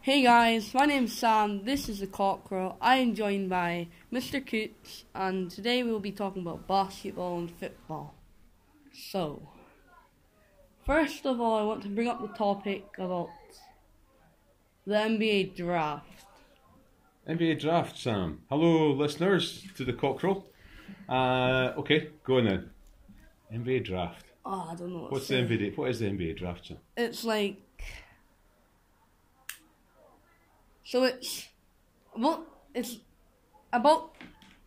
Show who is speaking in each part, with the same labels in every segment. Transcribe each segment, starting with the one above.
Speaker 1: Hey guys, my name's Sam. This is the Cockcrow. I am joined by Mr. Coots, and today we will be talking about basketball and football. So, first of all, I want to bring up the topic about the NBA draft.
Speaker 2: NBA draft, Sam. Hello, listeners to the Cockerel. Uh, okay, go on then. NBA draft.
Speaker 1: Oh, I don't know.
Speaker 2: What's
Speaker 1: to
Speaker 2: the
Speaker 1: say.
Speaker 2: NBA? What is the NBA draft, Sam?
Speaker 1: It's like. So it's. Well, it's about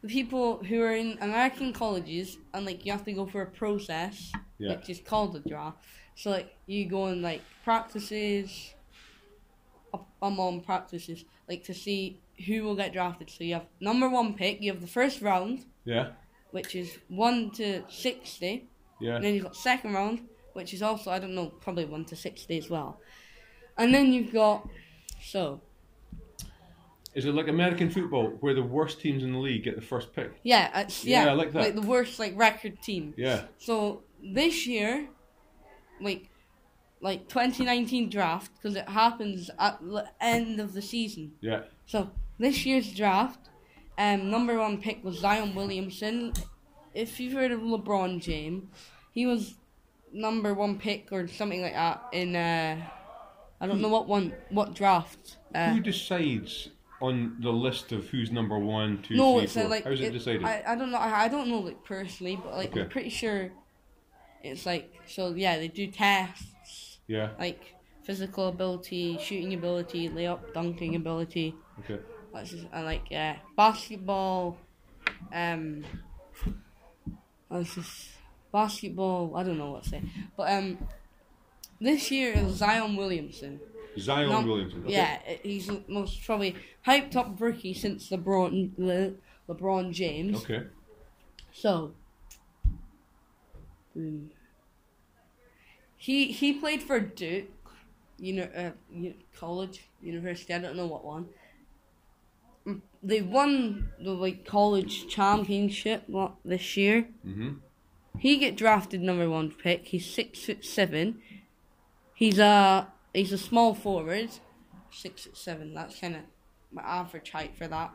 Speaker 1: the people who are in American colleges and, like, you have to go for a process,
Speaker 2: Yeah.
Speaker 1: which is called a draft. So, like, you go on, like, practices. I'm on practices, like, to see who will get drafted. So you have number one pick, you have the first round,
Speaker 2: Yeah,
Speaker 1: which is 1 to 60. And
Speaker 2: yeah,
Speaker 1: then you've got second round, which is also I don't know, probably one to sixty as well. And then you've got so
Speaker 2: Is it like American football, where the worst teams in the league get the first pick?
Speaker 1: yeah, it's,
Speaker 2: Yeah,
Speaker 1: yeah,
Speaker 2: I like that.
Speaker 1: the worst like record team.
Speaker 2: Yeah.
Speaker 1: So this year, like, like twenty nineteen draft because it happens at the end of the season.
Speaker 2: Yeah,
Speaker 1: So this year's draft, um, number one pick was Zion Williamson. If you've heard of LeBron James, he was number one pick or something like that in uh, I don't know what one what draft. Uh,
Speaker 2: who decides on the list of who's number one, two,
Speaker 1: no,
Speaker 2: three,
Speaker 1: it's uh,
Speaker 2: four?
Speaker 1: like
Speaker 2: How's it, decided?
Speaker 1: I, I don't know. I, I don't know like personally, but like I'm
Speaker 2: Okay.
Speaker 1: pretty sure it's like so. Yeah, they do tests
Speaker 2: yeah.
Speaker 1: like physical ability, shooting ability, layup, dunking ability.
Speaker 2: Okay.
Speaker 1: What's his, I like yeah, basketball. Um, what's this? Basketball. I don't know what to say, but um, this year is Zion Williamson.
Speaker 2: Zion
Speaker 1: Num-
Speaker 2: Williamson. Okay.
Speaker 1: Yeah, he's the most probably hyped up rookie since LeBron Le, LeBron James.
Speaker 2: Okay.
Speaker 1: So, um, he he played for Duke, you know, uh, u- college, university. I don't know what one. Mm, They won the like college championship lot this year.
Speaker 2: Mhm.
Speaker 1: He get drafted number one pick. He's six foot seven. He's a he's a small forward, six foot seven. That's kind of my average height for that.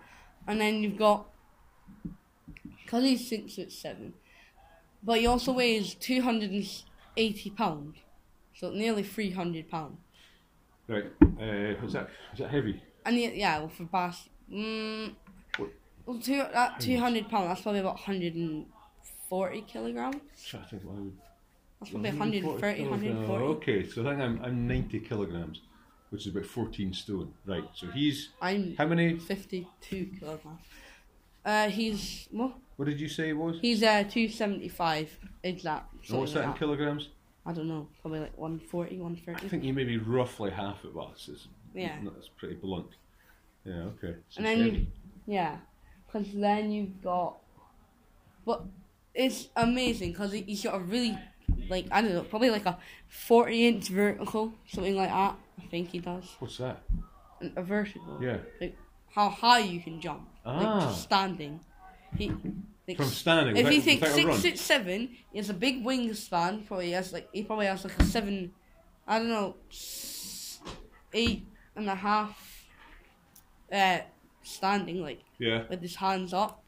Speaker 1: And then you've got because he's six foot seven, but he also weighs two hundred and eighty pound, so nearly three hundred pound.
Speaker 2: Right. Uh, is that is that heavy?
Speaker 1: And he, yeah, well for bas, mm,
Speaker 2: What?
Speaker 1: well two that two hundred pound. That's probably about hundred and forty kilograms.
Speaker 2: Shit, I think I would-
Speaker 1: That's probably
Speaker 2: 140
Speaker 1: 130,
Speaker 2: kilograms.
Speaker 1: 140.
Speaker 2: Okay, so I think I'm, I'm 90 kilograms, which is about 14 stone. Right, so he's.
Speaker 1: I'm
Speaker 2: How many?
Speaker 1: 52 kilograms. Uh, he's what?
Speaker 2: What did you say it was?
Speaker 1: He's uh 275 exact.
Speaker 2: And what's
Speaker 1: something like
Speaker 2: that in
Speaker 1: that.
Speaker 2: kilograms?
Speaker 1: I don't know, probably like 140,
Speaker 2: I
Speaker 1: 130.
Speaker 2: think he may be roughly half of us. It's,
Speaker 1: Yeah.
Speaker 2: That's pretty blunt. Yeah, okay. So
Speaker 1: And
Speaker 2: it's
Speaker 1: then you,
Speaker 2: heavy.
Speaker 1: yeah, because then you've got, but it's amazing because he's got a really like I don't know, probably like a 40 inch vertical, something like that. I think he does
Speaker 2: What's that?
Speaker 1: And a vertical.
Speaker 2: Yeah.
Speaker 1: Like how high you can jump, like
Speaker 2: Ah.
Speaker 1: just standing. He. Like,
Speaker 2: From standing,
Speaker 1: If
Speaker 2: without,
Speaker 1: you think
Speaker 2: without a
Speaker 1: six
Speaker 2: run.
Speaker 1: six seven, he has a big wingspan. Probably has like he probably has like a seven, I don't know, s- eight and a half. Uh, standing like
Speaker 2: Yeah,
Speaker 1: with his hands up,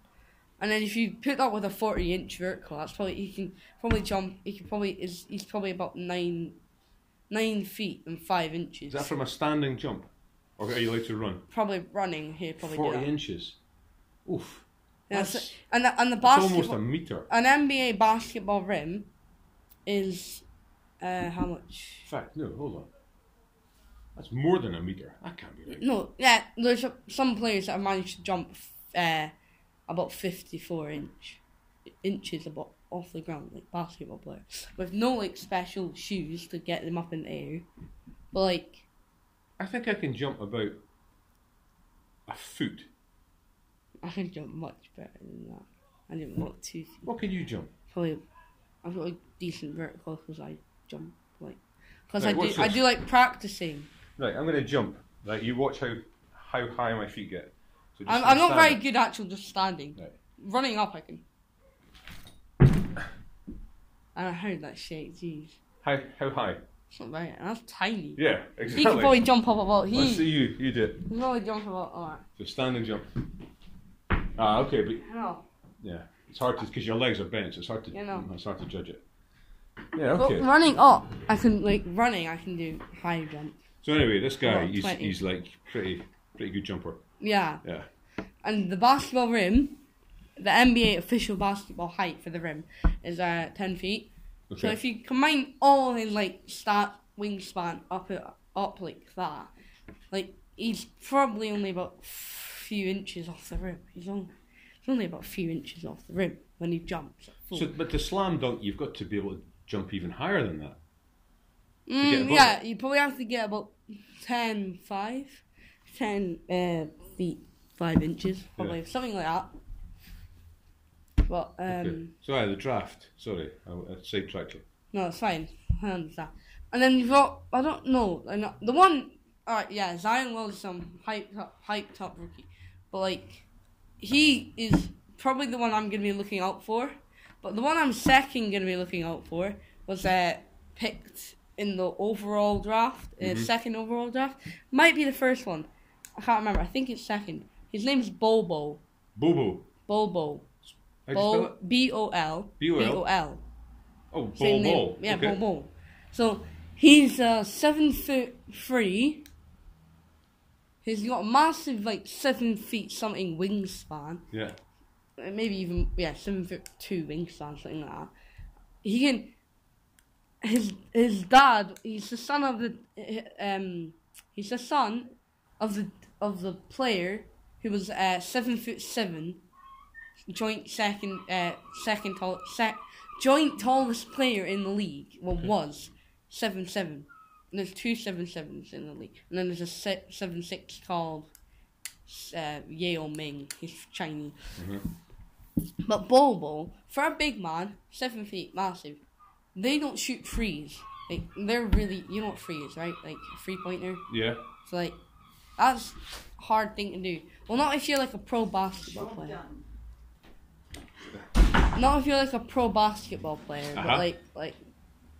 Speaker 1: and then if you put that with a forty inch vertical, that's probably he can probably jump. He can probably is he's probably about nine, nine feet and five inches.
Speaker 2: is that from a standing jump, or are you allowed to run?
Speaker 1: probably running here probably. do
Speaker 2: 40
Speaker 1: that.
Speaker 2: inches. Oof.
Speaker 1: Yeah,
Speaker 2: That's,
Speaker 1: so- and the, and the
Speaker 2: that's
Speaker 1: basketball.
Speaker 2: almost a meter.
Speaker 1: an NBA basketball rim is uh, how much?
Speaker 2: In fact, no, hold on. That's more than a meter. That can't be right.
Speaker 1: No, yeah, there's some players that have managed to jump uh, about 54 inch inches about off the ground, like basketball players, with no like special shoes to get them up in the air. But like,
Speaker 2: I think I can jump about a foot.
Speaker 1: I can jump much better than that. I didn't walk two feet.
Speaker 2: What can you jump?
Speaker 1: probably I've got a decent vertical because I jump like because
Speaker 2: Right,
Speaker 1: I
Speaker 2: what's
Speaker 1: do I
Speaker 2: this?
Speaker 1: do like practicing.
Speaker 2: Right, I'm going to jump. Right, you watch how how high my feet get. So just
Speaker 1: I'm, I'm not very
Speaker 2: understand
Speaker 1: good actual just standing.
Speaker 2: Right.
Speaker 1: Running up, I can. And I heard that shake, jeez.
Speaker 2: it. How how high?
Speaker 1: It's not very. That's tiny.
Speaker 2: Yeah,
Speaker 1: He could
Speaker 2: exactly.
Speaker 1: probably jump up a vault. He
Speaker 2: Let's see
Speaker 1: he
Speaker 2: you. You do it.
Speaker 1: could probably jump up a vault. All right.
Speaker 2: So standing jump. Ah, okay, but
Speaker 1: I know.
Speaker 2: yeah, it's hard to because your legs are bent. So it's hard to.
Speaker 1: You know.
Speaker 2: It's hard to judge it. Yeah,
Speaker 1: But
Speaker 2: okay.
Speaker 1: running up, I can like running. I can do high jump.
Speaker 2: So anyway, this guy,
Speaker 1: About
Speaker 2: he's
Speaker 1: 20.
Speaker 2: he's like pretty pretty good jumper.
Speaker 1: Yeah.
Speaker 2: Yeah.
Speaker 1: And the basketball rim, the NBA official basketball height for the rim is uh, 10 feet. So
Speaker 2: Okay.
Speaker 1: if you combine all his like start wingspan up up like that, like he's probably only about a few inches off the rim. He's only, he's only about a few inches off the rim when he jumps.
Speaker 2: So, but to slam dunk, you've got to be able to jump even higher than that.
Speaker 1: Mm,
Speaker 2: get above
Speaker 1: yeah, you probably have to get about 10, 5, 10 uh, feet, 5 inches, probably, something like that. But, um,
Speaker 2: okay. So, aye, the draft. Sorry, I, I sidetracked you.
Speaker 1: no, it's fine. I understand. And then you've got, I don't know, I know the one, alright, yeah, Zion Wilson, hyped up, hyped up rookie. But, like, he is probably the one I'm going to be looking out for. But the one I'm second going to be looking out for was uh, picked in the overall draft, uh,
Speaker 2: Mm-hmm.
Speaker 1: second overall draft. Might be the first one. I can't remember. I think it's second. His name's Bobo.
Speaker 2: Bobo.
Speaker 1: Bobo.
Speaker 2: How do you spell
Speaker 1: Bo-
Speaker 2: it?
Speaker 1: B-O-L.
Speaker 2: B O L?
Speaker 1: B-O-L.
Speaker 2: Oh,
Speaker 1: Same name.
Speaker 2: Bobo.
Speaker 1: Yeah,
Speaker 2: okay.
Speaker 1: Bobo. So he's uh, seven foot three. He's got a massive like seven feet something wingspan.
Speaker 2: Yeah.
Speaker 1: Uh, Maybe even yeah, seven foot two wingspan, something like that. He can. His his dad. He's the son of the uh, um. He's the son of the of the player who was uh, seven foot seven, joint second uh, second tall sec, joint tallest player in the league. Well, was seven seven. And there's two seven sevens in the league, and then there's a se- seven six called uh, Yao Ming. He's Chinese. But Bobo, for a big man, seven feet, massive, they don't shoot threes. Like they're really, you know what free is, right? Like three pointer.
Speaker 2: Yeah.
Speaker 1: So like, that's a hard thing to do. Well, not if you're like a pro basketball player. Not if you're like a pro basketball player,
Speaker 2: Uh-huh.
Speaker 1: but like like,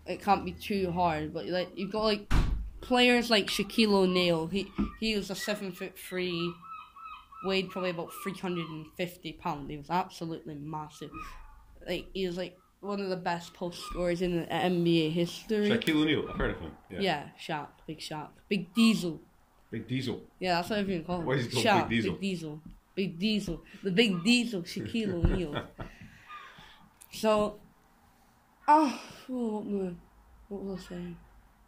Speaker 1: it can't be too hard. But like you've got like players like Shaquille O'Neal. He he was a seven foot three, weighed probably about three hundred and fifty pounds. He was absolutely massive. Like he was like one of the best post scorers in the NBA history.
Speaker 2: Shaquille O'Neal. I've heard of him. Yeah.
Speaker 1: yeah, Sharp, big Sharp, big Diesel.
Speaker 2: Big Diesel.
Speaker 1: Yeah, that's what everyone calls him.
Speaker 2: Why is he called
Speaker 1: Shout,
Speaker 2: Big Diesel?
Speaker 1: Big Diesel. Big Diesel. The Big Diesel, Shaquille O'Neal. So, oh, oh, what, were- what was I saying?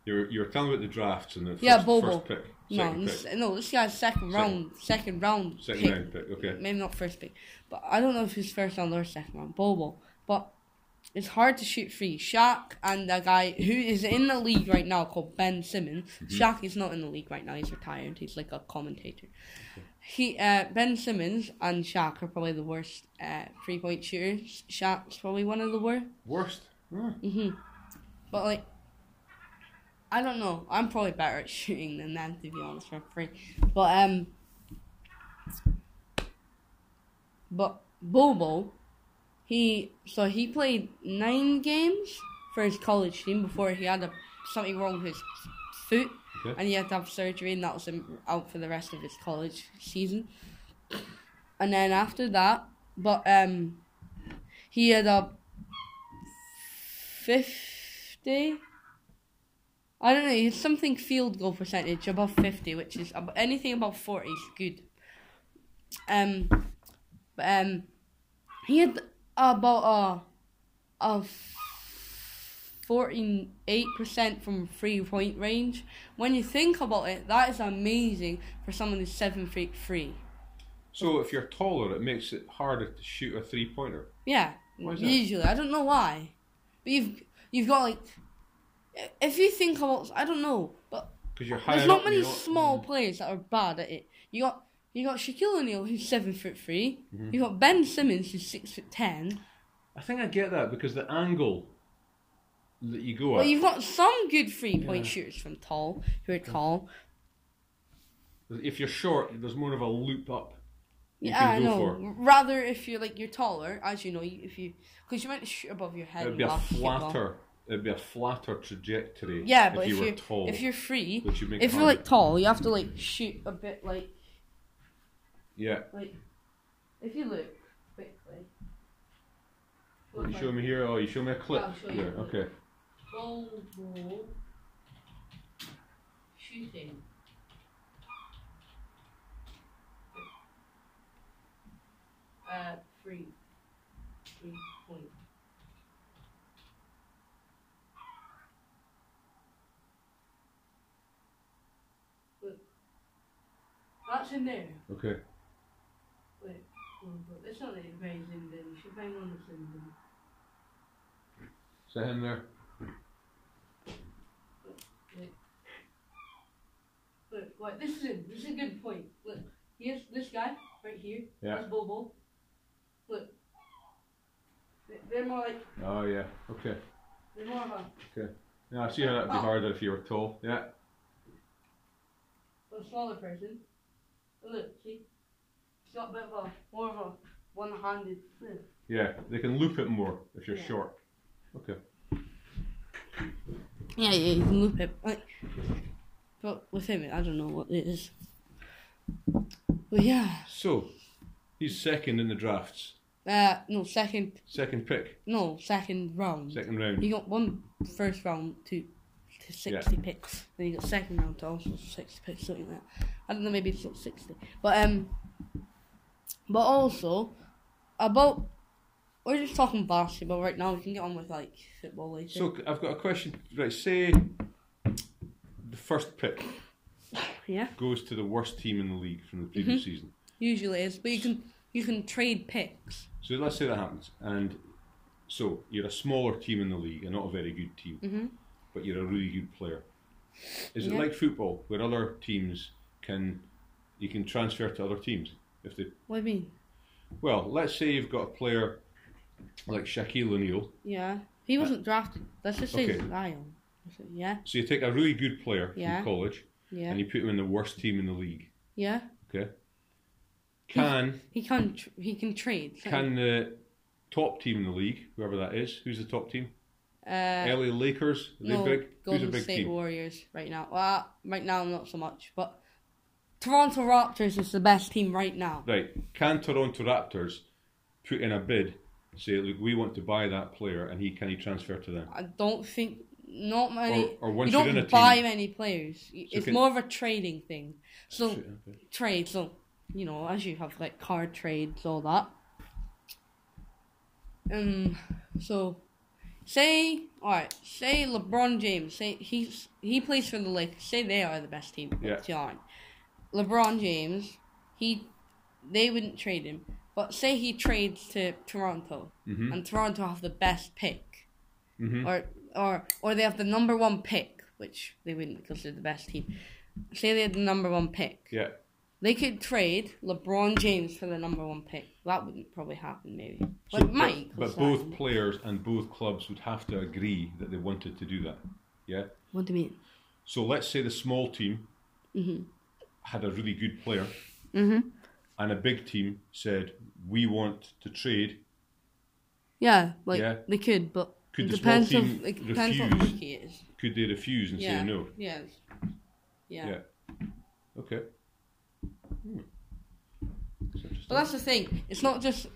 Speaker 2: You're you're telling me about the drafts and the first,
Speaker 1: Yeah, Bobo.
Speaker 2: first pick,
Speaker 1: No,
Speaker 2: second
Speaker 1: this,
Speaker 2: pick,
Speaker 1: no, this guy's second round, second round
Speaker 2: second
Speaker 1: pick.
Speaker 2: round pick. Okay.
Speaker 1: Maybe not first pick, but I don't know if he's first round or second round. Bobo, but it's hard to shoot free. Shaq and a guy who is in the league right now called Ben Simmons.
Speaker 2: Mm-hmm.
Speaker 1: Shaq is not in the league right now. He's retired. He's like a commentator. He uh, Ben Simmons and Shaq are probably the worst uh, three point shooters. Shaq's probably one of the worst.
Speaker 2: Worst. Huh.
Speaker 1: Mm-hmm. But like, I don't know. I'm probably better at shooting than them, to be honest, for free. But um, but Bobo, he so he played nine games for his college team before he had a, something wrong with his foot,
Speaker 2: Okay.
Speaker 1: and he had to have surgery, and that was him out for the rest of his college season. And then after that, but um, he had a 50 i don't know it's something field goal percentage above 50 which is ab- anything above 40 is good um but, um he had about a a 48% from three point range when you think about it that is amazing for someone who's 7 feet 3
Speaker 2: So if you're taller, it makes it harder to shoot a three pointer.
Speaker 1: Yeah,
Speaker 2: Why is that?
Speaker 1: usually I don't know why, but you've you've got like, if you think about I don't know, but
Speaker 2: Because you're higher
Speaker 1: there's not
Speaker 2: up,
Speaker 1: many
Speaker 2: you're not- Mm.
Speaker 1: small players that are bad at it. You got you got Shaquille O'Neal who's seven foot 3
Speaker 2: Mm-hmm.
Speaker 1: You got Ben Simmons who's six foot ten.
Speaker 2: I think I get that because the angle that you go
Speaker 1: But
Speaker 2: at.
Speaker 1: you've got some good three point
Speaker 2: Yeah.
Speaker 1: shooters from tall who are tall.
Speaker 2: If you're short, there's more of a loop up. You
Speaker 1: Yeah, I
Speaker 2: can go
Speaker 1: know.
Speaker 2: for.
Speaker 1: Rather, if you're like you're taller, as you know, you- if you because you might shoot above your
Speaker 2: It
Speaker 1: head.
Speaker 2: would
Speaker 1: in
Speaker 2: be a
Speaker 1: basketball.
Speaker 2: flatter it'd be a flatter trajectory.
Speaker 1: Yeah, but
Speaker 2: if
Speaker 1: if,
Speaker 2: you were
Speaker 1: you
Speaker 2: tall,
Speaker 1: if you're free,
Speaker 2: which would make
Speaker 1: if
Speaker 2: it
Speaker 1: you're
Speaker 2: harder.
Speaker 1: like tall, you have to like shoot a bit like
Speaker 2: yeah.
Speaker 1: like. If you look quickly.
Speaker 2: What
Speaker 1: Look
Speaker 2: you show
Speaker 1: like
Speaker 2: me here? Oh, you show me a clip.
Speaker 1: I'll show you
Speaker 2: there.
Speaker 1: a clip.
Speaker 2: Okay.
Speaker 1: Gold ball shooting. Uh, three, three point. Look, that's in there.
Speaker 2: Okay.
Speaker 1: Wait, no, but it's not that it rains in there. You should find one that's in there.
Speaker 2: Is that him there?
Speaker 1: Look, what this is a, this is a good point. Look, here's this guy right here.
Speaker 2: Yeah.
Speaker 1: That's Bobo. Look, They- they're more like
Speaker 2: Oh yeah. Okay.
Speaker 1: they're more of a,
Speaker 2: Yeah, I see how that'd be
Speaker 1: Oh.
Speaker 2: harder if you were tall. Yeah.
Speaker 1: a smaller person. Look, see, he's got a bit of a more of a one-handed. Look,
Speaker 2: Yeah. They can loop it more if you're
Speaker 1: Yeah.
Speaker 2: short. Okay.
Speaker 1: Yeah, yeah, you can loop it. Like, but with him, I don't know what it is. But yeah,
Speaker 2: So, he's second in the drafts.
Speaker 1: uh, no second,
Speaker 2: Second pick.
Speaker 1: no second round.
Speaker 2: Second round.
Speaker 1: You got one first round to, to 60 picks, then you got second round to also 60 picks, something like that. I don't know, maybe it's not 60. But, um, but also, about, we're just talking basketball right now, we can get on with like football later.
Speaker 2: So I've got a question. Right, say the first pick
Speaker 1: yeah,
Speaker 2: goes to the worst team in the league from the previous
Speaker 1: Mm-hmm.
Speaker 2: season.
Speaker 1: usually is, but you can, you can trade picks.
Speaker 2: So let's say that happens, and so you're a smaller team in the league and not a very good team,
Speaker 1: Mhm.
Speaker 2: but you're a really good player. Is it
Speaker 1: Yeah.
Speaker 2: like football where other teams can you can transfer to other teams if they
Speaker 1: What do you mean?
Speaker 2: well, let's say you've got a player like Shaquille O'Neal.
Speaker 1: Yeah. He wasn't drafted. Let's just say he's
Speaker 2: Uh, okay.
Speaker 1: Lion. So, Yeah,
Speaker 2: So you take a really good player
Speaker 1: Yeah.
Speaker 2: from college
Speaker 1: yeah,
Speaker 2: and you put him in the worst team in the league.
Speaker 1: yeah.
Speaker 2: Okay. Can
Speaker 1: He can tr- he can trade.
Speaker 2: can the top team in the league, whoever that is, who's the top team?
Speaker 1: uh,
Speaker 2: LA Lakers. Are they
Speaker 1: no,
Speaker 2: big?
Speaker 1: Golden
Speaker 2: who's a big
Speaker 1: State
Speaker 2: team?
Speaker 1: Warriors right now. Well, right now not so much, but Toronto Raptors is the best team right now.
Speaker 2: Right. Can Toronto Raptors put in a bid, say, look, we want to buy that player, and he can he transfer to them?
Speaker 1: I don't think not many.
Speaker 2: or once
Speaker 1: you
Speaker 2: you're
Speaker 1: don't
Speaker 2: in a
Speaker 1: buy
Speaker 2: team-
Speaker 1: many players. Y- it's
Speaker 2: can-
Speaker 1: more of a trading thing. So
Speaker 2: Shit, okay.
Speaker 1: trade. So you know, as you have like card trades, all that. Um. So, say all right. Say LeBron James. Say he's he plays for the Lakers. Say they are the best team.
Speaker 2: Yeah.
Speaker 1: They aren't. LeBron James. He, they wouldn't trade him. But say he trades to Toronto,
Speaker 2: Mhm.
Speaker 1: and Toronto have the best pick,
Speaker 2: Mhm.
Speaker 1: or or or they have the number one pick, which they wouldn't because they're the best team. Say they had the number one pick.
Speaker 2: Yeah.
Speaker 1: They could trade LeBron James for the number one pick. That wouldn't probably happen, maybe. But
Speaker 2: So-
Speaker 1: it might.
Speaker 2: But,
Speaker 1: 'cause,
Speaker 2: but both
Speaker 1: um,
Speaker 2: players and both clubs would have to agree that they wanted to do that. Yeah.
Speaker 1: What do you mean?
Speaker 2: So let's say the small team
Speaker 1: Mm-hmm.
Speaker 2: had a really good player,
Speaker 1: Mhm.
Speaker 2: and a big team said, "We want to trade."
Speaker 1: Yeah, like
Speaker 2: Yeah.
Speaker 1: they could, but
Speaker 2: Could
Speaker 1: it
Speaker 2: the small
Speaker 1: depends
Speaker 2: team
Speaker 1: on it depends what
Speaker 2: refuse?
Speaker 1: league it is.
Speaker 2: Could they refuse and
Speaker 1: Yeah.
Speaker 2: say no?
Speaker 1: Yes. Yeah.
Speaker 2: Yeah. Okay. Hmm. That's
Speaker 1: But
Speaker 2: interesting.
Speaker 1: that's the thing. It's not just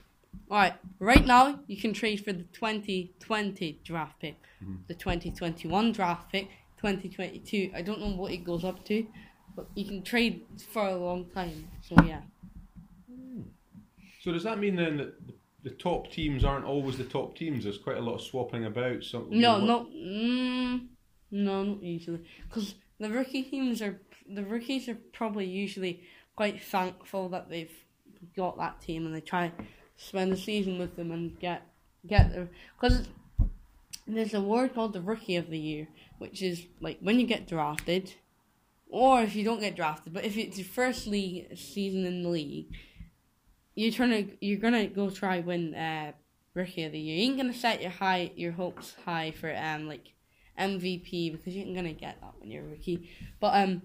Speaker 1: all right. Right now, you can trade for the 2020 draft pick,
Speaker 2: Mm-hmm.
Speaker 1: the 2021 draft pick, 2022. I don't know what it goes up to, but you can trade for a long time. So yeah.
Speaker 2: So does that mean then that the, the top teams aren't always the top teams? There's quite a lot of swapping about. Some,
Speaker 1: No,
Speaker 2: what-
Speaker 1: no, mm, no, not usually. Because the rookie teams are the rookies are probably usually quite thankful that they've got that team and they try to spend the season with them and get get their because there's a award called the Rookie of the Year, which is like when you get drafted, or if you don't get drafted, but if it's your first league season in the league, you're trying to you're gonna go try win uh rookie of the year. You ain't gonna set your high your hopes high for um like MVP because you ain't gonna get that when you're a rookie. But um,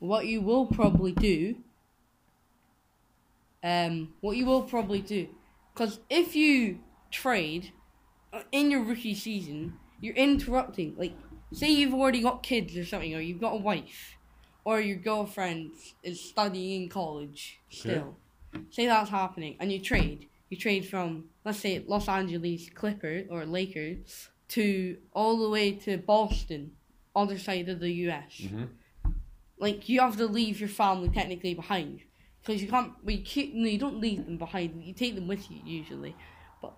Speaker 1: what you will probably do. Um, what you will probably do, because if you trade uh, in your rookie season, You're interrupting. Like, say you've already got kids or something, or you've got a wife, or your girlfriend is studying in college still. Say that's happening, and you trade. You trade from, let's say, Los Angeles Clippers or Lakers to all the way to Boston, other side of the US.
Speaker 2: Mhm.
Speaker 1: Like, you have to leave your family technically behind. Because you can't, well, you, keep, no, you don't leave them behind, you take them with you usually. But,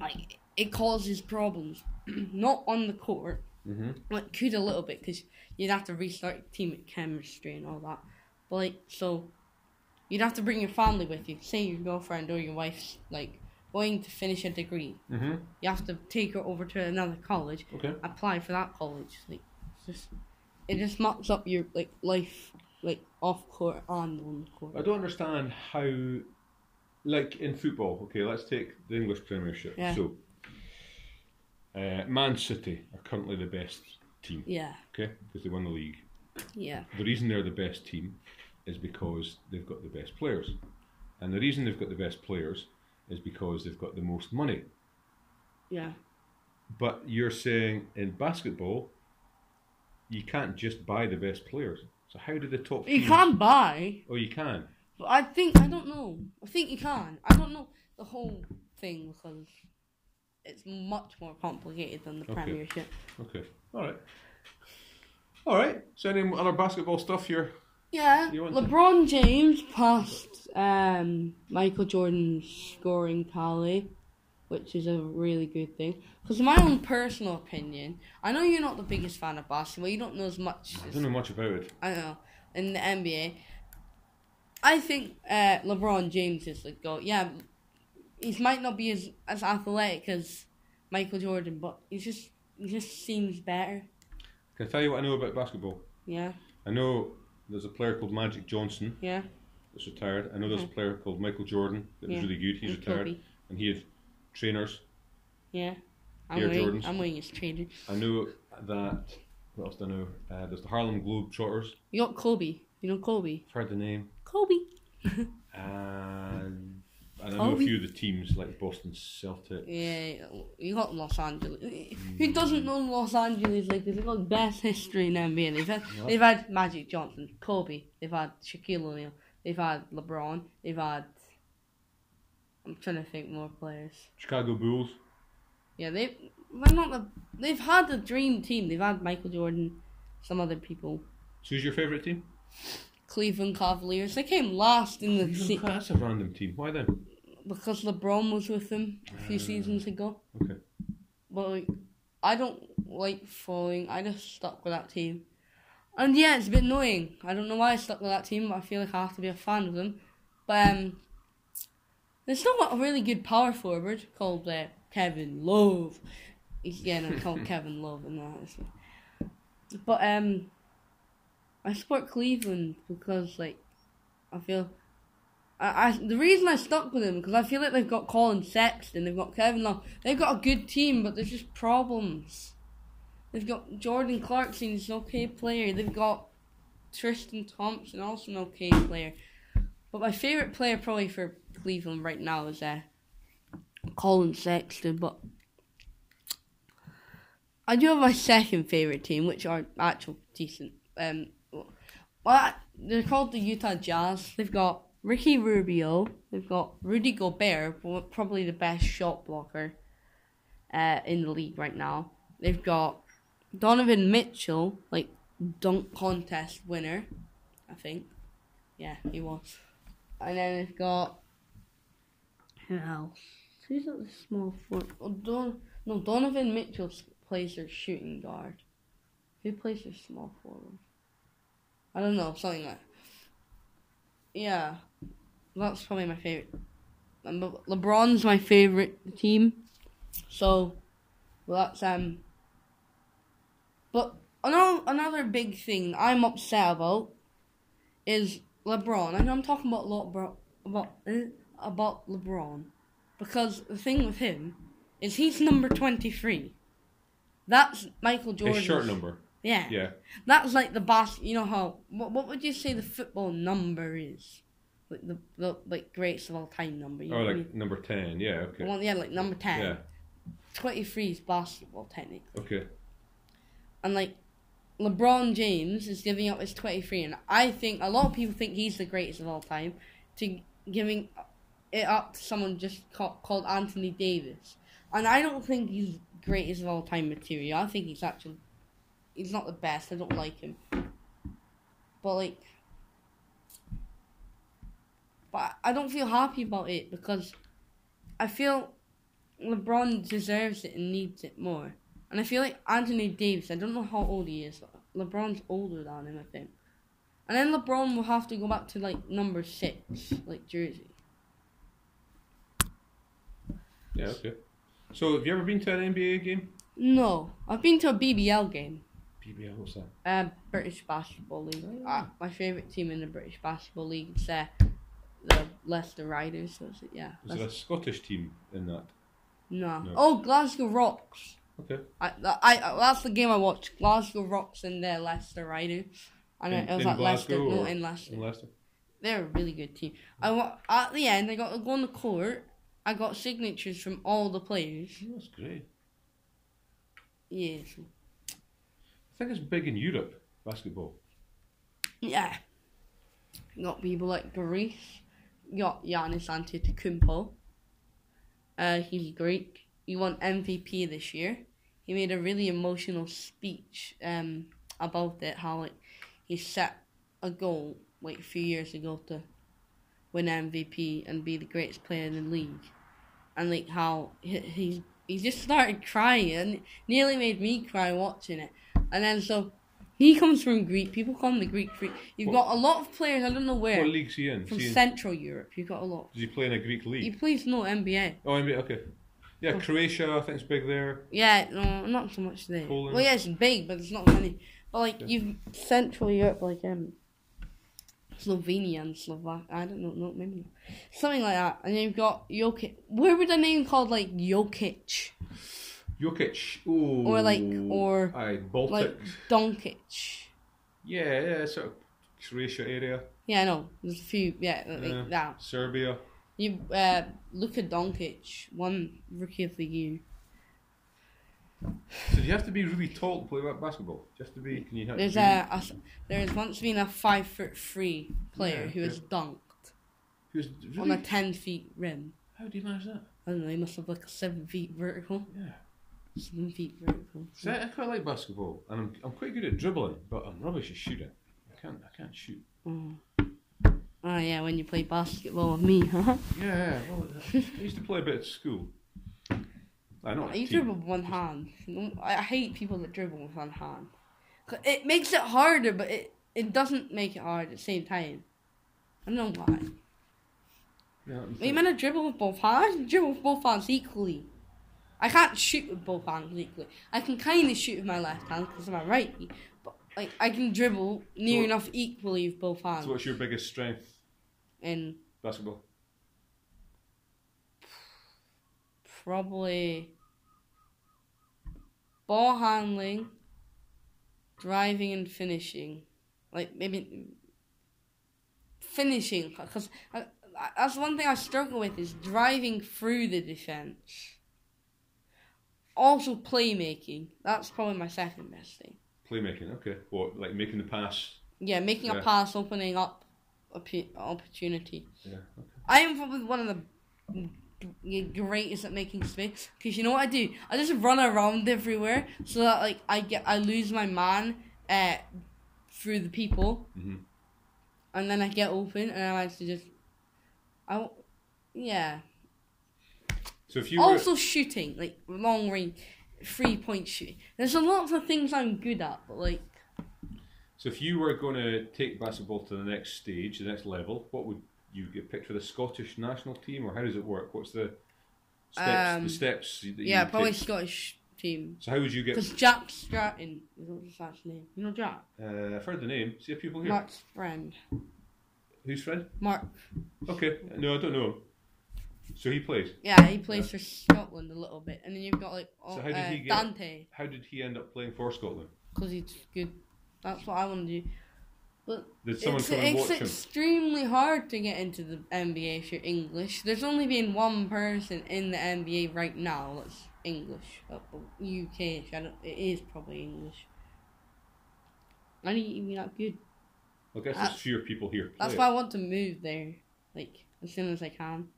Speaker 1: like, it causes problems. Not on the court,
Speaker 2: Mm-hmm.
Speaker 1: well, it could a little bit because you'd have to restart team chemistry and all that. But like, so you'd have to bring your family with you. Say your girlfriend or your wife's like going to finish a degree,
Speaker 2: Mm-hmm.
Speaker 1: you have to take her over to another college,
Speaker 2: Okay.
Speaker 1: apply for that college. Like, it's just it just mucks up your like life, like off court and on court.
Speaker 2: I don't understand how, like in football. Okay, let's take the English Premiership.
Speaker 1: Yeah.
Speaker 2: So, uh, Man City are currently the best team.
Speaker 1: Yeah,
Speaker 2: Okay, because they won the league.
Speaker 1: yeah,
Speaker 2: The reason they're the best team is because they've got the best players, and the reason they've got the best players is because they've got the most money.
Speaker 1: yeah,
Speaker 2: But you're saying in basketball, you can't just buy the best players. So how do the top?
Speaker 1: you
Speaker 2: teams-
Speaker 1: can't buy.
Speaker 2: Oh, you can.
Speaker 1: But I think I don't know. I think you can. I don't know the whole thing because it's much more complicated than the
Speaker 2: Okay.
Speaker 1: Premiership.
Speaker 2: Okay. All right. All right. So any other basketball stuff here?
Speaker 1: Yeah,
Speaker 2: You want-
Speaker 1: LeBron James passed um, Michael Jordan's scoring tally, which is a really good thing. Because in my own personal opinion, I know you're not the biggest fan of basketball. You don't know as much.
Speaker 2: I
Speaker 1: as
Speaker 2: don't know much about it.
Speaker 1: I know in the NBA. I think uh, LeBron James is the goat. Yeah, he might not be as as athletic as Michael Jordan, but he just he just seems better.
Speaker 2: Can I tell you what I know about basketball?
Speaker 1: Yeah,
Speaker 2: I know there's a player called Magic Johnson
Speaker 1: yeah,
Speaker 2: that's retired. I know there's a player called Michael Jordan that
Speaker 1: Mm-hmm. Yeah.
Speaker 2: was really good. He's
Speaker 1: And
Speaker 2: retired,
Speaker 1: Kobe.
Speaker 2: and he had trainers.
Speaker 1: yeah. I'm
Speaker 2: Air
Speaker 1: wearing
Speaker 2: Jordans.
Speaker 1: I'm wearing his trainers.
Speaker 2: I know that. What else do I know? Uh, there's the Harlem Globetrotters.
Speaker 1: You got Kobe. You know Kobe.
Speaker 2: I've heard the name.
Speaker 1: Kobe.
Speaker 2: And, and I know a
Speaker 1: Kobe.
Speaker 2: few of the teams like Boston Celtic.
Speaker 1: Yeah, you got Los Angeles. Who doesn't know Los Angeles Lakers? They've got the best history in NBA. They've had,
Speaker 2: Yeah.
Speaker 1: they've had Magic Johnson, Kobe. They've had Shaquille O'Neal. They've had LeBron. They've had. I'm trying to think more players.
Speaker 2: Chicago Bulls.
Speaker 1: Yeah, they they're not the. They've had the dream team. They've had Michael Jordan, some other people.
Speaker 2: So who's your favourite team?
Speaker 1: Cleveland Cavaliers. They came last in the se-
Speaker 2: That's a random team. Why then?
Speaker 1: because LeBron was with them a few seasons ago.
Speaker 2: Okay.
Speaker 1: But like, I don't like falling. I just stuck with that team. And yeah, it's a bit annoying. I don't know why I stuck with that team, but I feel like I have to be a fan of them. But um, they've still got a really good power forward called uh, Kevin Love. He's getting called Kevin Love and that. it's- But um, I support Cleveland because like I feel. I, I the reason I stuck with them because I feel like they've got Colin Sexton, they've got Kevin Love, they've got a good team, but there's just problems. They've got Jordan Clarkson, he's an okay player. They've got Tristan Thompson, also an okay player. But my favorite player probably for Cleveland right now is uh, Colin Sexton. But I do have my second favorite team, which are actual decent. Um, well, I- they're called the Utah Jazz. They've got Ricky Rubio. They've got Rudy Gobert, who are probably the best shot blocker uh, in the league right now. They've got Donovan Mitchell, like dunk contest winner, I think. Yeah, he was. And then they've got who else? Who's at the small forward? Oh, Don- no, Donovan Mitchell s- plays their shooting guard. Who plays their small forward? I don't know, something like. Yeah, that's probably my favorite. And Le- LeBron's my favorite team, so well, that's um. But another another big thing I'm upset about is LeBron. I know I'm talking about lot bro, about eh, about LeBron because the thing with him is he's number twenty three. That's Michael Jordan.
Speaker 2: His shirt number. Yeah.
Speaker 1: That's like the bas. You know how? What, what would you say the football number is? Like the, the like greatest of all time number. You know
Speaker 2: Or
Speaker 1: what I
Speaker 2: Oh, like
Speaker 1: mean?
Speaker 2: number ten. Yeah. Okay.
Speaker 1: The one- yeah, like number ten.
Speaker 2: Yeah.
Speaker 1: 23 is basketball technically.
Speaker 2: Okay.
Speaker 1: and like LeBron James is giving up his 23, and I think a lot of people think he's the greatest of all time to giving it up to someone just ca- called Anthony Davis, and I don't think he's greatest of all time material. I think he's actually he's not the best. I don't like him, but like. But I don't feel happy about it because I feel LeBron deserves it and needs it more. And I feel like Anthony Davis, I don't know how old he is. LeBron's older than him, I think. And then LeBron will have to go back to like number six, like jersey.
Speaker 2: Yeah. Okay. So, have you ever been to an NBA game?
Speaker 1: No, I've been to a BBL game,
Speaker 2: BBL, what's that?
Speaker 1: uh, British Basketball League. Uh, my favorite team in the British Basketball League is uh, the Leicester Riders. So it's, yeah,
Speaker 2: Is there a Scottish team in that?
Speaker 1: no.
Speaker 2: No.
Speaker 1: Oh, Glasgow Rocks.
Speaker 2: Okay.
Speaker 1: I, I, I that's the game I watched. Glasgow Rocks and their Leicester Riders. And
Speaker 2: in,
Speaker 1: it was
Speaker 2: in
Speaker 1: at Leicester,
Speaker 2: Glasgow
Speaker 1: no,
Speaker 2: or-
Speaker 1: in Leicester.
Speaker 2: In Leicester.
Speaker 1: they're a really good team. I wa- at the end, I got to go on the court. I got signatures from all the players.
Speaker 2: That's great.
Speaker 1: Yes.
Speaker 2: I think it's big in Europe, basketball.
Speaker 1: Yeah. Got people like Baris. Got Giannis Antetokounmpo. Uh, he's Greek. He won MVP this year. He made a really emotional speech um, about it. How like he set a goal like a few years ago to win MVP and be the greatest player in the league, and like how he he, he just started crying and nearly made me cry watching it. And then so he comes from Greek. People call him the Greek freak. You've
Speaker 2: What-
Speaker 1: got a lot of players. I don't know where
Speaker 2: What league's he in? Is
Speaker 1: from
Speaker 2: he in-
Speaker 1: Central Europe. You've got a lot.
Speaker 2: does he play in a Greek
Speaker 1: He
Speaker 2: league?
Speaker 1: plays no NBA.
Speaker 2: Oh, NBA, okay. Yeah, Croatia, I think it's big there.
Speaker 1: Yeah, no, not so much there.
Speaker 2: Poland.
Speaker 1: Well, yeah, it's big, but it's not many. But like
Speaker 2: Yeah.
Speaker 1: you've Central Europe, like um, Slovenia and Slovak. I don't know, no, maybe not. something like that. And you've got Jokic. Where would a name called like Jokic
Speaker 2: Jokic. Ooh.
Speaker 1: Or like- or
Speaker 2: Aye, Baltic.
Speaker 1: like Donkic?
Speaker 2: Yeah, yeah, sort of Croatia area.
Speaker 1: Yeah, I know. There's a few. Yeah, like
Speaker 2: Yeah.
Speaker 1: that.
Speaker 2: Serbia.
Speaker 1: You uh, Luka Donkic, one rookie of the year.
Speaker 2: So do you have to be really tall to play ba- basketball? Do you have to be? Can you have
Speaker 1: There's
Speaker 2: to be,
Speaker 1: a, a there's once been a five foot three player
Speaker 2: Yeah,
Speaker 1: who has dunked
Speaker 2: Who's,
Speaker 1: on
Speaker 2: really,
Speaker 1: a ten feet rim.
Speaker 2: how do you manage that?
Speaker 1: I don't know, he must have like a seven feet vertical.
Speaker 2: Yeah.
Speaker 1: Seven feet vertical.
Speaker 2: See, I, I quite like basketball, and I'm, I'm quite good at dribbling, but I'm rubbish at shooting. I can't I can't shoot.
Speaker 1: Oh. oh, yeah, when you play basketball with me, huh?
Speaker 2: Yeah, well, I used to play a bit at school. I know.
Speaker 1: You dribble with one hand. No, I I hate people that dribble with one hand. 'Cause It makes it harder, but it, it doesn't make it hard at the same time. I don't know why.
Speaker 2: Yeah, I'm
Speaker 1: Are you meant to dribble with both hands? You dribble with both hands equally. I can't shoot with both hands equally. I can kind of shoot with my left hand because I'm a righty, but like I can dribble near
Speaker 2: So-
Speaker 1: enough equally with both hands.
Speaker 2: So what's your biggest strength?
Speaker 1: and
Speaker 2: Basketball.
Speaker 1: probably ball handling, driving, and finishing. Like maybe finishing, because that's one thing I struggle with is driving through the defense. Also playmaking. That's probably my second best thing.
Speaker 2: Playmaking, okay. What, like making the pass?
Speaker 1: Yeah, making
Speaker 2: Yeah.
Speaker 1: a pass, opening up oppo- opportunity.
Speaker 2: Yeah, okay.
Speaker 1: I am probably one of the g- greatest at making space because you know what I do? I just run around everywhere so that like I get I lose my man uh, through the people,
Speaker 2: Mhm.
Speaker 1: and then I get open and I manage to just I w- yeah.
Speaker 2: So if you
Speaker 1: also shooting like long range three point shooting. There's a lot of things I'm good at, but like
Speaker 2: were, so if you were going to take basketball to the next stage, the next level, what would you get picked for the Scottish national team, or how does it work? What's the steps?
Speaker 1: Um,
Speaker 2: the steps. That
Speaker 1: yeah,
Speaker 2: you
Speaker 1: probably
Speaker 2: Take?
Speaker 1: Scottish team
Speaker 2: So how would you get?
Speaker 1: because Jack Stratton is what his last name. You know Jack,
Speaker 2: Uh, I've heard the name. See a pupil here.
Speaker 1: Mark's friend,
Speaker 2: Who's friend?
Speaker 1: Mark
Speaker 2: Okay. No, I don't know him. So he plays.
Speaker 1: Yeah, he plays for Scotland a little bit, and then you've got like oh,
Speaker 2: So how did
Speaker 1: uh,
Speaker 2: he get-
Speaker 1: Dante
Speaker 2: How did he end up playing for Scotland?
Speaker 1: because he's good. That's what I want to do. But
Speaker 2: Did someone
Speaker 1: it's,
Speaker 2: come and watch
Speaker 1: it's
Speaker 2: him?
Speaker 1: extremely hard to get into the NBA if you're English. There's only been one person in the NBA right now that's English, uh, UK. I don't, it is probably English. I ain't even that good.
Speaker 2: Well, I guess
Speaker 1: That's-
Speaker 2: there's fewer people here. play
Speaker 1: uh, That's
Speaker 2: it.
Speaker 1: why I want to move there, like as soon as I can,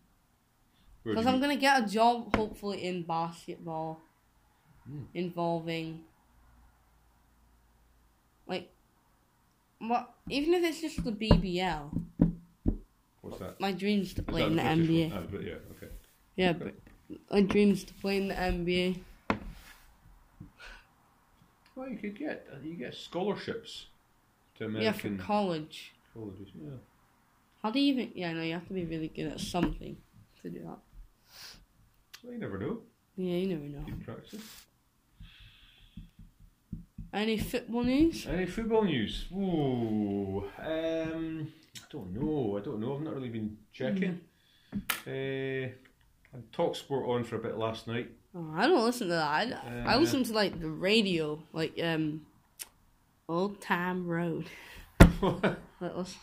Speaker 2: Where do
Speaker 1: because
Speaker 2: you-
Speaker 1: I'm gonna get a job hopefully in basketball,
Speaker 2: Hmm.
Speaker 1: involving like what even if it's just the BBL.
Speaker 2: What's that?
Speaker 1: My dreams to
Speaker 2: Is
Speaker 1: play
Speaker 2: that
Speaker 1: in the
Speaker 2: British
Speaker 1: NBA.
Speaker 2: one? Ah, but yeah, okay.
Speaker 1: Yeah, but my dreams to play in the NBA.
Speaker 2: Well, you could get you get scholarships to
Speaker 1: Yeah, for
Speaker 2: American
Speaker 1: college.
Speaker 2: colleges. Yeah.
Speaker 1: How do you even? Yeah, no, you have to be really good at something to do that.
Speaker 2: Well, you never know.
Speaker 1: Yeah, you never know.
Speaker 2: Keep practice.
Speaker 1: Any football news?
Speaker 2: Any football news? Ooh, um, I don't know. I don't know. I've not really been checking.
Speaker 1: Hmm.
Speaker 2: Uh, I had Talksport on for a bit last night.
Speaker 1: Oh, I don't listen to that. I, I
Speaker 2: Uh,
Speaker 1: listen to like the radio, like um, Old Time Road. That was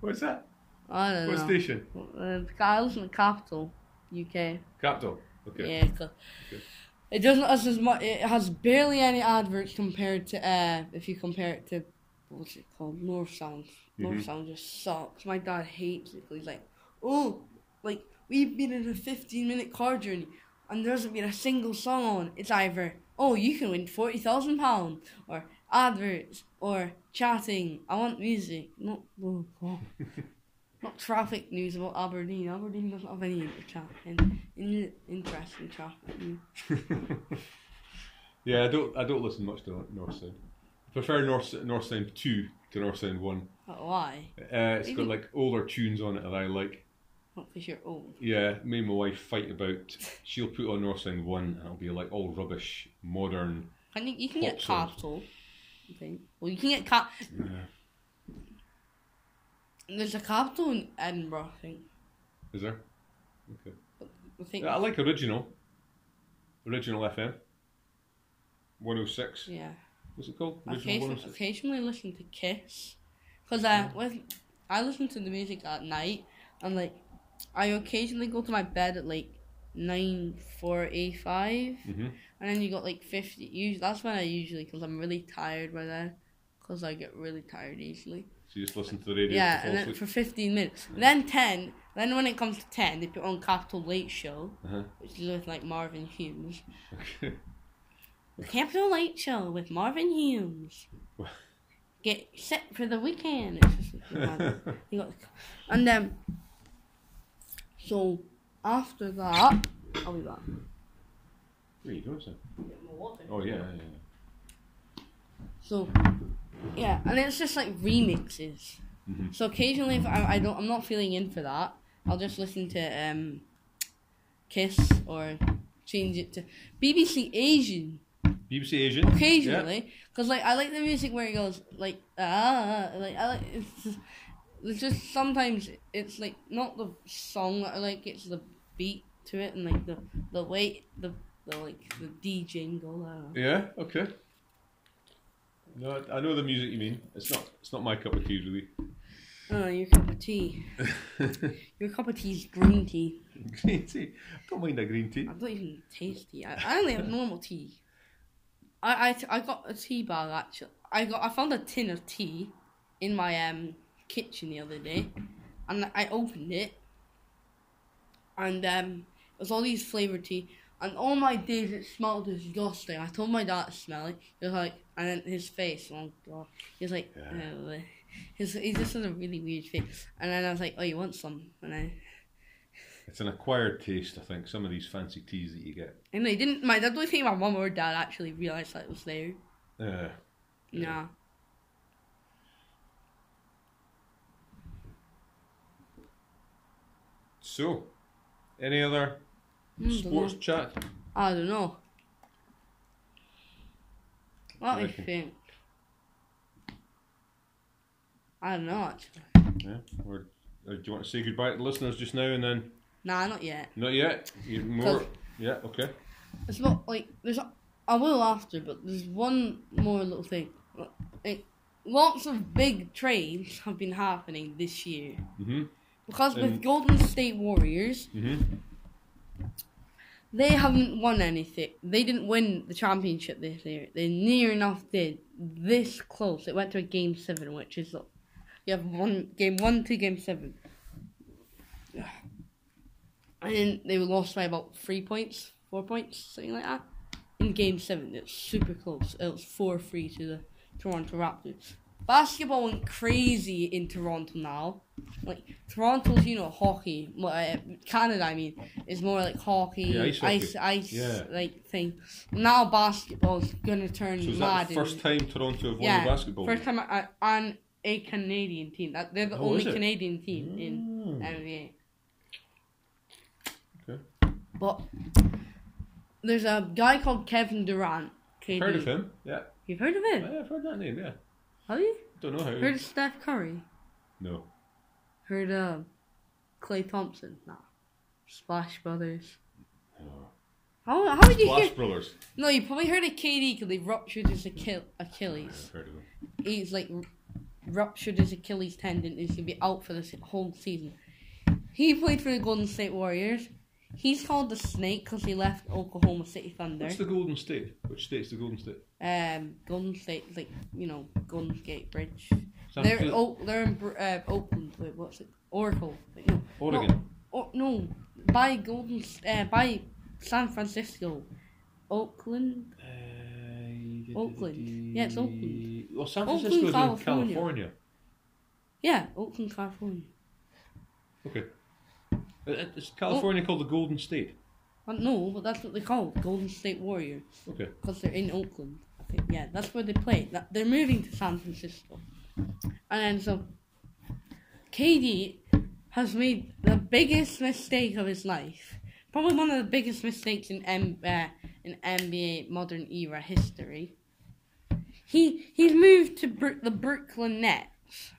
Speaker 2: What's that?
Speaker 1: I don't
Speaker 2: What
Speaker 1: know.
Speaker 2: station?
Speaker 1: Uh, I listen to Capital UK.
Speaker 2: Capital. Okay.
Speaker 1: Yeah, 'cause
Speaker 2: Okay.
Speaker 1: it doesn't has as much. It has barely any adverts compared to uh, if you compare it to what's it called, North Sound. North
Speaker 2: Mhm.
Speaker 1: Sound just sucks. My dad hates it. 'cause He's like, oh, like we've been in a fifteen minute car journey, and there hasn't been a single song on. It's either oh you can win forty thousand pound or adverts or chatting. I want music, not oh, God. not traffic news about Aberdeen. Aberdeen doesn't have any intercha- in, in, interesting traffic news.
Speaker 2: yeah, I don't. I don't listen much to North Sound. I prefer North North Sound two to North Sound one.
Speaker 1: But why?
Speaker 2: Uh, it's
Speaker 1: Really?
Speaker 2: got like older tunes on it that I like.
Speaker 1: Not because you're old.
Speaker 2: Yeah, me and my wife fight about. She'll put on North Sound one, and it'll be like all rubbish, modern.
Speaker 1: Can you, you can
Speaker 2: Pop
Speaker 1: get
Speaker 2: songs.
Speaker 1: capital. I think. Well, you can get cap.
Speaker 2: Yeah.
Speaker 1: There's a capital in Edinburgh, I think.
Speaker 2: Is there? Okay.
Speaker 1: I think.
Speaker 2: Yeah, I like original. Original FM. 106.
Speaker 1: yeah.
Speaker 2: What's it called? Original
Speaker 1: Occasionally,
Speaker 2: 106.
Speaker 1: occasionally listen to Kiss, cause uh,
Speaker 2: Mm.
Speaker 1: with I listen to the music at night, and like I occasionally go to my bed at like nine forty five.
Speaker 2: Mm-hmm.
Speaker 1: And then you got like 50. Usually, that's when I usually, because I'm really tired by then. Because I get really tired easily.
Speaker 2: So you just listen to the radio
Speaker 1: yeah,
Speaker 2: to fall
Speaker 1: and then
Speaker 2: asleep. Mm.
Speaker 1: for 15 minutes. Then 10. Then when it comes to 10, they put on Capital Late Show,
Speaker 2: Uh-huh.
Speaker 1: which is with like Marvin Humes. The
Speaker 2: Okay.
Speaker 1: Capital Late Show with Marvin Humes.
Speaker 2: Wha-
Speaker 1: Get set for the weekend. It's just like, man, you got, and then. So, after that, I'll be back.
Speaker 2: Where you going, sir? Oh, yeah, yeah, yeah.
Speaker 1: So, yeah, and it's just like remixes.
Speaker 2: Mhm.
Speaker 1: So occasionally, if I, I don't, I'm not feeling in for that, I'll just listen to um, Kiss or change it to BBC Asian
Speaker 2: BBC Asian.
Speaker 1: occasionally, because like I like the music where it goes like ah, like I like. It's just, it's just sometimes it's like not the song that I like, it's the beat to it and like the the way the the like the D jingle. I don't know.
Speaker 2: Yeah. yeah, okay. No, I- I know the music you mean. It's not it's not my cup of tea, really.
Speaker 1: Oh, your cup of tea. Your cup of tea is green tea.
Speaker 2: green tea. I don't mind a green tea.
Speaker 1: I don't even taste tea. I, I only have normal tea. I, I, I got a tea bag actually. I got I found a tin of tea in my um kitchen the other day, and I opened it, and um it was all these flavored tea. And all my days it smelled disgusting. I told my dad to smell it. He was like, and then his face, oh god, he was like,
Speaker 2: Yeah.
Speaker 1: "Ugh." his he just had a really weird face. And then I was like, oh, you want some? And I
Speaker 2: It's an acquired taste, I think, some of these fancy teas that you get.
Speaker 1: And they didn't. My dad. The only thing my mum or dad actually realised that it was there.
Speaker 2: Yeah.
Speaker 1: Nah.
Speaker 2: Yeah. So, any other
Speaker 1: Mm,
Speaker 2: sports
Speaker 1: dunno.
Speaker 2: chat?
Speaker 1: I don't know. What do you
Speaker 2: Reckon.
Speaker 1: think? I don't know actually.
Speaker 2: Yeah. Or, or do you want to say goodbye to the listeners just now and then?
Speaker 1: Nah, not yet.
Speaker 2: Not yet. You more.
Speaker 1: Cause-
Speaker 2: Yeah. Okay.
Speaker 1: It's not like there's. I will after, but there's one more little thing. Like, lots of big trades have been happening this year
Speaker 2: Mhm.
Speaker 1: because with
Speaker 2: And- Mm-hmm.
Speaker 1: Golden State Warriors,
Speaker 2: Mhm.
Speaker 1: They haven't won anything. They didn't win the championship this year. They near enough did. This close. It went to a game seven, which is you have one game one to game seven. And they were lost by about three points, four points, something like that. In game seven, it's super close. It was four three to the Toronto Raptors. Basketball went crazy in Toronto now. Like Toronto's, you know, hockey. well, uh, Canada, I mean, is more like hockey,
Speaker 2: Yeah, ice
Speaker 1: ice,
Speaker 2: hockey.
Speaker 1: ice,
Speaker 2: Yeah.
Speaker 1: like thing. Now basketball's gonna turn
Speaker 2: So
Speaker 1: mad.
Speaker 2: is that the
Speaker 1: in-
Speaker 2: first time Toronto have won
Speaker 1: yeah,
Speaker 2: the basketball?
Speaker 1: First time I, I, on a Canadian team. That they're the
Speaker 2: Oh,
Speaker 1: only
Speaker 2: is it?
Speaker 1: Canadian team in uh,
Speaker 2: Mm.
Speaker 1: NBA.
Speaker 2: Okay.
Speaker 1: But there's a guy called Kevin Durant. KD.
Speaker 2: Heard of him? Yeah.
Speaker 1: You've heard of him?
Speaker 2: Yeah, I've heard that name, yeah.
Speaker 1: Have you?
Speaker 2: Don't know how.
Speaker 1: Heard of Steph Curry?
Speaker 2: No.
Speaker 1: Heard of Clay Thompson? Nah. Splash Brothers.
Speaker 2: No.
Speaker 1: How, how would you
Speaker 2: Flash
Speaker 1: hear?
Speaker 2: Brothers.
Speaker 1: No, you probably heard of KD because he ruptured his Achil- Achilles.
Speaker 2: I've heard of him.
Speaker 1: he's like r- ruptured his Achilles tendon and he's gonna be out for this whole season. He played for the Golden State Warriors. He's called the Snake because he left Oklahoma City Thunder.
Speaker 2: What's the Golden State? Which state's the Golden State?
Speaker 1: Um, Golden State, like you know, Golden Gate Bridge.
Speaker 2: San
Speaker 1: They're
Speaker 2: Fran-
Speaker 1: oh, they're in Br- uh, Oakland. Wait, what's it? Oracle. Wait, no,
Speaker 2: Oregon.
Speaker 1: oh, no, by Golden, S- uh, by San Francisco, Oakland.
Speaker 2: Uh,
Speaker 1: Oakland. Yeah, it's Oakland.
Speaker 2: Well, Oh, San
Speaker 1: Oakland,
Speaker 2: Francisco's in California.
Speaker 1: California. Yeah, Oakland, California.
Speaker 2: Okay. Uh, It's
Speaker 1: Oh.
Speaker 2: California called the Golden State.
Speaker 1: But Uh, no, but that's what they call Golden State Warriors.
Speaker 2: Okay.
Speaker 1: because they're in Oakland. I think yeah, that's where they play. That they're moving to San Francisco, and so KD has made the biggest mistake of his life. Probably one of the biggest mistakes in M- uh, in NBA modern era history. He he's moved to Bru- the Brooklyn Nets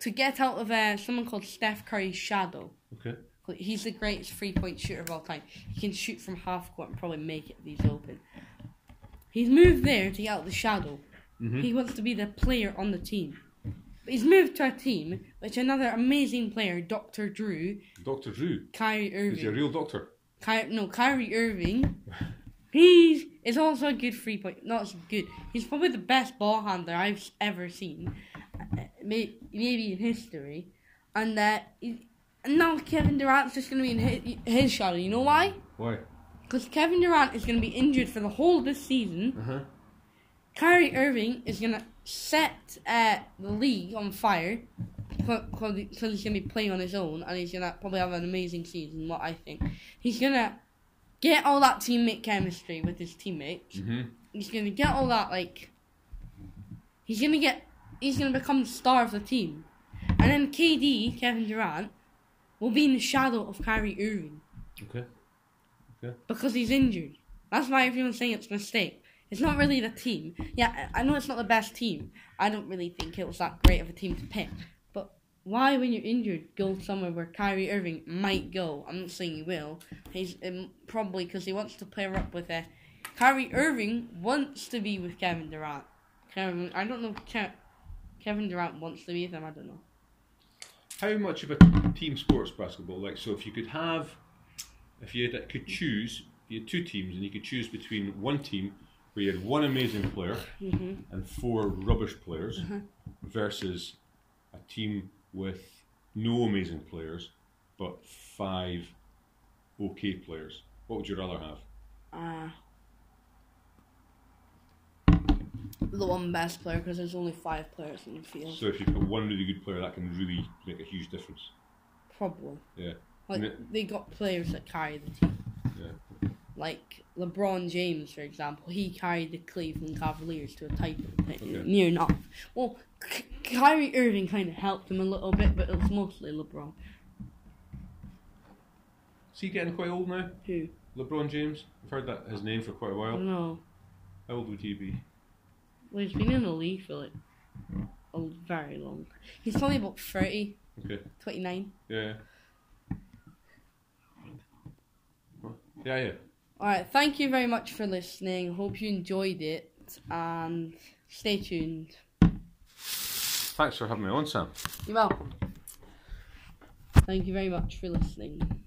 Speaker 1: to get out of uh, someone called Steph Curry's shadow.
Speaker 2: Okay.
Speaker 1: He's the greatest three point shooter of all time. He can shoot from half court and probably make it if he's open. He's moved there to get out of the shadow.
Speaker 2: Mhm.
Speaker 1: He wants to be the player on the team. But he's moved to a team which another amazing player, Dr. Drew,
Speaker 2: Dr. Drew.
Speaker 1: Kyrie
Speaker 2: Is he a
Speaker 1: Irving.
Speaker 2: real doctor?
Speaker 1: Ky- no, Kyrie Irving. He's is also a good three point. Not as good. He's probably the best ball handler I've s- ever seen, uh, may- maybe in history. And that he- and now Kevin Durant's just gonna be in his, his shadow. You know why?
Speaker 2: Why?
Speaker 1: Because Kevin Durant is gonna be injured for the whole of this season.
Speaker 2: Uh huh.
Speaker 1: Kyrie Irving is gonna set uh, the league on fire because he's gonna be playing on his own and he's gonna probably have an amazing season. What I think, he's gonna get all that teammate chemistry with his teammates.
Speaker 2: Mm hmm.
Speaker 1: He's gonna get all that like. He's gonna get. He's gonna become the star of the team, and then KD Kevin Durant will be in the shadow of Kyrie Irving
Speaker 2: Okay.
Speaker 1: because he's injured. That's why everyone's saying it's a mistake. It's not really the team. Yeah, I I know it's not the best team. I don't really think it was that great of a team to pick. But why, when you're injured, go somewhere where Kyrie Irving might go? I'm not saying he will. He's um, probably because he wants to pair up with. Uh, Kyrie Irving wants to be with Kevin Durant. Kevin, I don't know. if Ke- Kevin Durant wants to be with him. I don't know.
Speaker 2: How much of a team sports basketball? Like, so if you could have, if you had, uh, could choose, you had two teams and you could choose between one team where you had one amazing player and four rubbish players versus a team with no amazing players but five okay players, what would you rather have?
Speaker 1: Uh, the one best player because there's only five players in the field.
Speaker 2: So if you've got one really good player, that can really make a huge difference.
Speaker 1: Probably.
Speaker 2: Yeah.
Speaker 1: Like
Speaker 2: Yeah.
Speaker 1: they got players that carry the team.
Speaker 2: Yeah.
Speaker 1: Like LeBron James, for example, he carried the Cleveland Cavaliers to a title, like,
Speaker 2: Okay.
Speaker 1: near enough. Well, K- Kyrie Irving kind of helped him a little bit, but it was mostly LeBron.
Speaker 2: Is he getting quite old now?
Speaker 1: Who?
Speaker 2: LeBron James? I've heard that his name for quite a
Speaker 1: I
Speaker 2: while.
Speaker 1: don't know.
Speaker 2: How old would he be?
Speaker 1: Well, he's been in the league for like a very long. He's probably about 30,
Speaker 2: Okay.
Speaker 1: 29.
Speaker 2: Yeah. Yeah, yeah.
Speaker 1: All right, thank you very much for listening. Hope you enjoyed it and stay tuned.
Speaker 2: Thanks for having me on, Sam.
Speaker 1: You're welcome. Thank you very much for listening.